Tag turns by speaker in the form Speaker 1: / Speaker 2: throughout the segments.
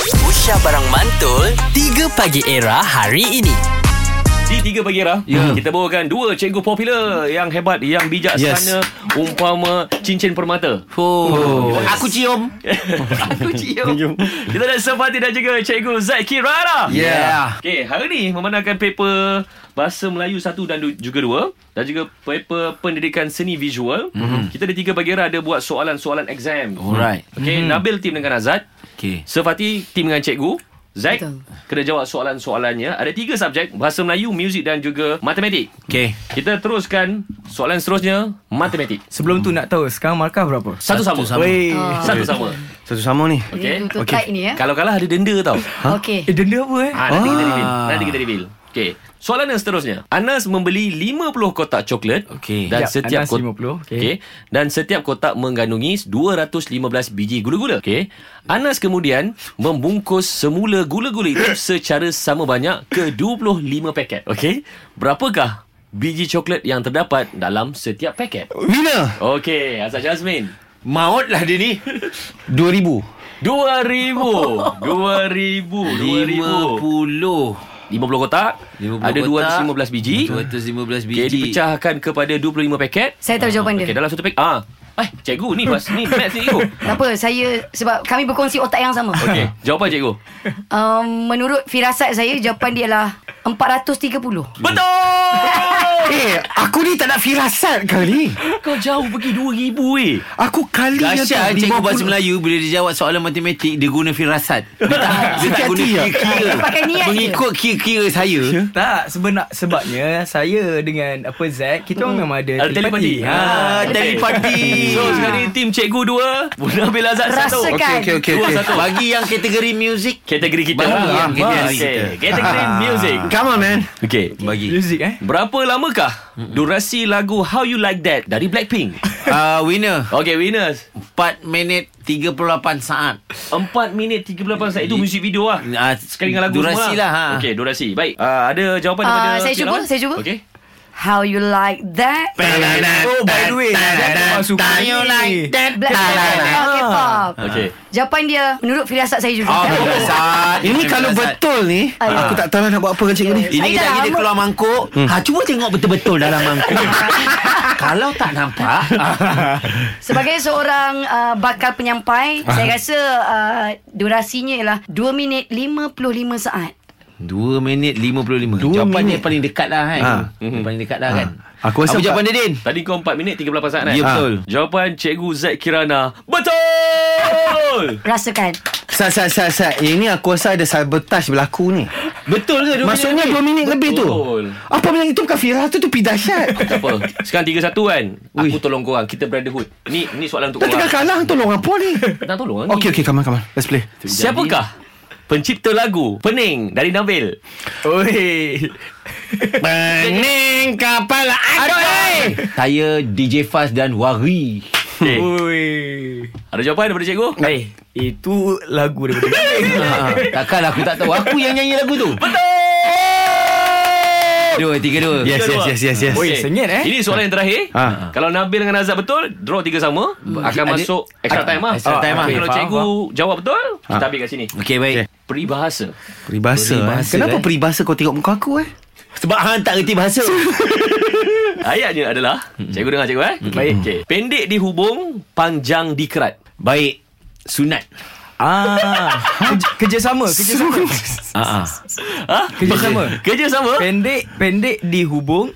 Speaker 1: Aisyah Barang Mantul 3 Pagi Era hari ini
Speaker 2: Di tiga pagi Rah
Speaker 3: Ya.
Speaker 2: Kita bawakan dua cikgu popular Yang hebat Yang bijaksana
Speaker 3: Yes.
Speaker 2: Umpama cincin permata
Speaker 3: Oh, aku cium.
Speaker 2: Aku cium Kita ada Sefati dan juga cikgu Zaiki Rara
Speaker 3: Yeah.
Speaker 2: Okay, hari ni memandangkan paper Bahasa Melayu satu dan du- juga dua Dan juga paper pendidikan seni visual mm-hmm. Kita di tiga pagi Rah ada buat soalan-soalan exam
Speaker 3: Mhm. Alright. Mhm.
Speaker 2: Okay, mm-hmm. Nabil team dengan Azad
Speaker 3: Okay.
Speaker 2: Sefati team dengan cikgu Zack
Speaker 4: Betul.
Speaker 2: kena jawab soalan-soalannya. Ada tiga subjek, bahasa Melayu, muzik dan juga matematik.
Speaker 3: Okay.
Speaker 2: Kita teruskan soalan seterusnya matematik.
Speaker 5: Sebelum tu nak tahu sekarang markah berapa?
Speaker 2: Satu, sama.
Speaker 3: sama.
Speaker 5: Weh.
Speaker 4: Oh.
Speaker 2: Satu sama.
Speaker 6: Satu sama ni
Speaker 2: Okey.
Speaker 4: Ini untuk okay. ni ya.
Speaker 2: Kalau kalah ada denda tau.
Speaker 4: Huh? Okey.
Speaker 5: Eh denda apa eh?
Speaker 2: Ha, nanti kita
Speaker 3: Ah.
Speaker 2: reveal. Nanti kita reveal. Okey. Soalan yang seterusnya. Anas membeli 50 kotak coklat
Speaker 3: Okey.
Speaker 2: dan
Speaker 5: Sekejap,
Speaker 2: setiap
Speaker 5: Anas 50, okey.
Speaker 2: Okey. Dan setiap kotak mengandungi 215 biji gula-gula. Okey. Anas kemudian membungkus semula gula-gula itu secara sama banyak ke 25 paket. Okey. Berapakah biji coklat yang terdapat dalam setiap paket?
Speaker 6: Mina
Speaker 2: Okey, Azad Jasmine.
Speaker 3: Maut lah dia ni.
Speaker 6: Dua ribu
Speaker 2: 2000 2000 2000
Speaker 3: 50.
Speaker 2: 50 kotak
Speaker 3: 50
Speaker 2: Ada
Speaker 3: kotak.
Speaker 2: 215 biji
Speaker 3: 215 biji.
Speaker 2: Okay, dipecahkan kepada 25 paket
Speaker 4: Saya tahu jawapan dia.
Speaker 2: Okay, dalam satu paket Ah, Eh, cikgu ni pas ni maths ni cikgu.
Speaker 4: Tak apa, saya sebab kami berkongsi otak yang sama.
Speaker 2: Okey, jawapan cikgu.
Speaker 4: Um, menurut firasat saya jawapan dia ialah 430.
Speaker 2: Betul!
Speaker 6: Eh aku ni tak nak firasat kali
Speaker 2: Kau jauh pergi 2000 weh.
Speaker 6: Aku kali je tu
Speaker 3: Dahsyat cikgu
Speaker 6: 50.
Speaker 3: bahasa Melayu bila dia jawab soalan matematik dia guna firasat. Dia tak, dia tak
Speaker 6: Sikit
Speaker 3: guna
Speaker 6: hati, ya?
Speaker 3: kira-kira.
Speaker 4: Dia pakai niat je.
Speaker 3: Mengikut kira-kira saya.
Speaker 5: Tak, sebenar sebabnya saya dengan apa Zack, kita
Speaker 6: Hmm.
Speaker 5: orang memang ada
Speaker 2: Ada telepati.
Speaker 5: Ha.
Speaker 3: Ah, telepati.
Speaker 2: So, sekarang ni tim cikgu 2, Nabil Azad 1.
Speaker 4: Rasakan.
Speaker 6: Okey okey okey
Speaker 2: Dua
Speaker 6: okey.
Speaker 2: satu.
Speaker 3: Bagi yang kategori music.
Speaker 2: Kategori kita.
Speaker 3: Bagi
Speaker 2: Ah,
Speaker 3: yang kategori
Speaker 2: okey.
Speaker 3: kita.
Speaker 2: Kategori music.
Speaker 6: Come on man
Speaker 2: Okey.
Speaker 3: Bagi.
Speaker 5: Music eh?
Speaker 2: Berapa lamakah durasi lagu How You Like That dari Blackpink?
Speaker 3: Uh, winner.
Speaker 2: Okay, winners.
Speaker 3: 4 minit 38 saat.
Speaker 2: 4 minit 38 saat itu muzik video lah.
Speaker 3: Ah,
Speaker 2: Sekali dengan lagu
Speaker 3: durasi
Speaker 2: semua.
Speaker 3: lah, ha.
Speaker 2: Okey, durasi. Baik. Uh, ada jawapan
Speaker 4: Ah,
Speaker 2: daripada
Speaker 4: saya
Speaker 2: Cik
Speaker 4: cuba,
Speaker 2: Rahman?
Speaker 4: saya cuba.
Speaker 2: Okey.
Speaker 4: How you like that?
Speaker 5: Oh, by the way, Zack memang suka ni.
Speaker 4: Black Panther. Okay, pop.
Speaker 2: Okey.
Speaker 4: Jawapan dia menurut firasat saya juga.
Speaker 3: Oh, firasat.
Speaker 6: Ini kalau betul ni
Speaker 4: Aduh.
Speaker 6: Aku tak tahu lah nak buat apa dengan cikgu ni
Speaker 3: Ah. Ini
Speaker 4: Saya
Speaker 3: kita
Speaker 4: dah
Speaker 3: lagi dia
Speaker 4: lama.
Speaker 3: keluar mangkuk. Hmm. Ha cuba tengok betul-betul dalam mangkuk. Kalau tak nampak,
Speaker 4: Sebagai seorang uh, bakal penyampai, saya rasa uh, durasinya ialah 2 minit 55 saat.
Speaker 3: 2 minit 55.
Speaker 6: Dua
Speaker 3: jawapan dia
Speaker 6: minit.
Speaker 3: paling dekat lah kan.
Speaker 6: Ha.
Speaker 3: Dia Paling dekat lah kan.
Speaker 6: Aku
Speaker 3: Apa
Speaker 6: rasa empat-
Speaker 3: jawapan dia Din?
Speaker 2: Tadi kau 4 minit 38 saat kan?
Speaker 3: Ya,
Speaker 2: Ah.
Speaker 3: betul.
Speaker 2: Jawapan Cikgu Zack Kirana. Betul!
Speaker 4: Rasakan.
Speaker 6: Sat sat sat sat Ini aku rasa ada sabotage berlaku ni
Speaker 3: Betul ke dua
Speaker 6: Maksudnya
Speaker 3: minit?
Speaker 6: dua minit lebih tu
Speaker 2: Betul.
Speaker 6: Apa benda itu bukan firasat tu Itu dahsyat
Speaker 2: tak apa. Sekarang 3-1 kan?
Speaker 6: Ui.
Speaker 2: Aku tolong korang. Kita brotherhood. Ni ni soalan untuk
Speaker 6: Tak tengah
Speaker 2: korang.
Speaker 6: kan kalah Tolong apa ni
Speaker 2: Tak tolong. lah. ni.
Speaker 6: Okay okay come on come on Let's play
Speaker 2: Siapakah pencipta lagu Pening dari Nabil?
Speaker 5: Oi.
Speaker 6: Pening kapal Aduh eh
Speaker 3: Saya DJ Faz dan Wari.
Speaker 2: Eh,
Speaker 5: Oi.
Speaker 2: ada jawapan daripada cikgu?
Speaker 5: Eh, itu lagu daripada
Speaker 3: Ha, takkan aku tak tahu. Aku yang nyanyi lagu tu. Betul. Dua, tiga, dua.
Speaker 6: Yes yes yes yes yes
Speaker 5: Oi, sengit, eh?
Speaker 2: Ini soalan yang terakhir.
Speaker 6: Ha.
Speaker 2: Kalau Nabil dengan Azab betul, draw tiga sama, akan
Speaker 3: Ada-
Speaker 2: masuk
Speaker 3: ada-
Speaker 2: extra time ah.
Speaker 3: extra time
Speaker 2: Ah,
Speaker 3: ah.
Speaker 2: Kalau
Speaker 5: Faham,
Speaker 2: cikgu jawab betul, kita
Speaker 6: Ah.
Speaker 2: habis kat sini.
Speaker 3: Okey, baik.
Speaker 2: Peribahasa.
Speaker 6: Peribahasa,
Speaker 3: Peribahasa,
Speaker 6: peribahasa eh. Kenapa
Speaker 3: eh.
Speaker 6: peribahasa kau tengok muka aku eh?
Speaker 3: Sebab hang tak reti bahasa.
Speaker 2: Ayatnya adalah, cikgu dengar cikgu eh. Baik. Okay. Pendek di hubung, panjang di kerat.
Speaker 3: baik. Sunat.
Speaker 5: Ah, kerja- kerjasama, kerjasama.
Speaker 3: Ha ah.
Speaker 2: Ha?
Speaker 5: Kerjasama.
Speaker 2: Kerja sama?
Speaker 5: Pendek, pendek dihubung,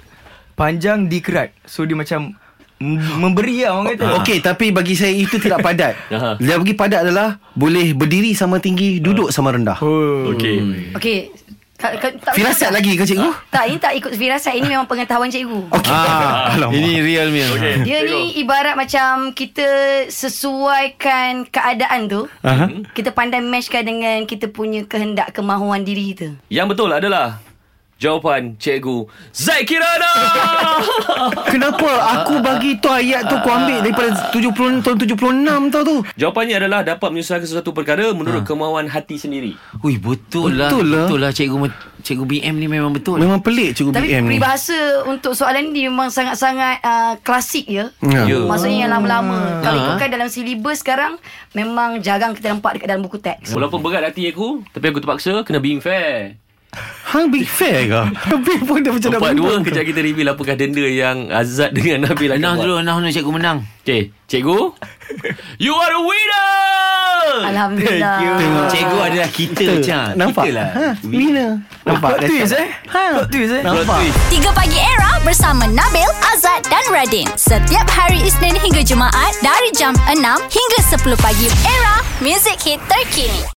Speaker 5: panjang dikerat. So dia macam m- memberi lah orang kata.
Speaker 7: Ah.
Speaker 6: Okey, tapi bagi saya itu tidak padat.
Speaker 2: Aha.
Speaker 6: Dia bagi padat adalah boleh berdiri sama tinggi, duduk sama rendah.
Speaker 5: Oh.
Speaker 2: Okey.
Speaker 4: Okey. Ka- ka- tak-
Speaker 6: Firasat
Speaker 4: tak-
Speaker 6: lagi ke cikgu?
Speaker 4: Tak, ini tak ikut firasat. Ini memang pengetahuan cikgu.
Speaker 6: Okey. Ah, alamak.
Speaker 3: Ini real punya.
Speaker 2: Okey.
Speaker 4: Dia
Speaker 2: Cikgu.
Speaker 4: ni ibarat macam kita sesuaikan keadaan tu.
Speaker 6: Aha.
Speaker 4: Kita pandai matchkan dengan kita punya kehendak kemahuan diri kita.
Speaker 2: Yang betul adalah Jawapan cikgu Zaikirana.
Speaker 6: Kenapa aku bagi tu ayat tu Aku ambil daripada 70, tahun 76 tau tu
Speaker 2: Jawapannya adalah dapat menyusahkan sesuatu perkara menurut ha. kemauan hati sendiri.
Speaker 6: Ui betul,
Speaker 7: Betul lah
Speaker 6: Betul lah
Speaker 7: Betul lah cikgu, cikgu BM ni memang betul
Speaker 6: Memang pelik cikgu
Speaker 4: Tapi
Speaker 6: BM ni
Speaker 4: peribahasa untuk soalan ni memang sangat-sangat uh, klasik ya.
Speaker 6: Ya. Ah.
Speaker 2: Ya.
Speaker 4: Maksudnya yang lama-lama. Kalau ikutkan dalam silibus sekarang memang jarang kita nampak dekat dalam buku teks.
Speaker 2: Walaupun berat hati aku, tapi aku terpaksa kena being fair.
Speaker 6: Hang big fair ke? Tapi pun dah macam dah
Speaker 2: Empat
Speaker 6: berubah
Speaker 2: dua
Speaker 6: ke?
Speaker 2: kejap kita reveal apakah denda yang Azad dengan Nabil akan
Speaker 7: Menang
Speaker 2: buat.
Speaker 7: dulu Menang dulu cikgu menang
Speaker 2: Okay, cikgu. you are a winner!
Speaker 4: Alhamdulillah.
Speaker 7: Tengok cikgu adalah kita Cak
Speaker 6: Ah. Nampak?
Speaker 7: Kita lah
Speaker 6: Ha, Mina
Speaker 5: Nampak Plot twist eh
Speaker 6: Ha.
Speaker 5: Plot twist eh
Speaker 6: Nampak?
Speaker 8: 3 Pagi Era bersama Nabil, Azad dan Radin. Setiap hari Isnin hingga Jumaat dari jam 6 hingga 10 pagi. Era, music hit terkini.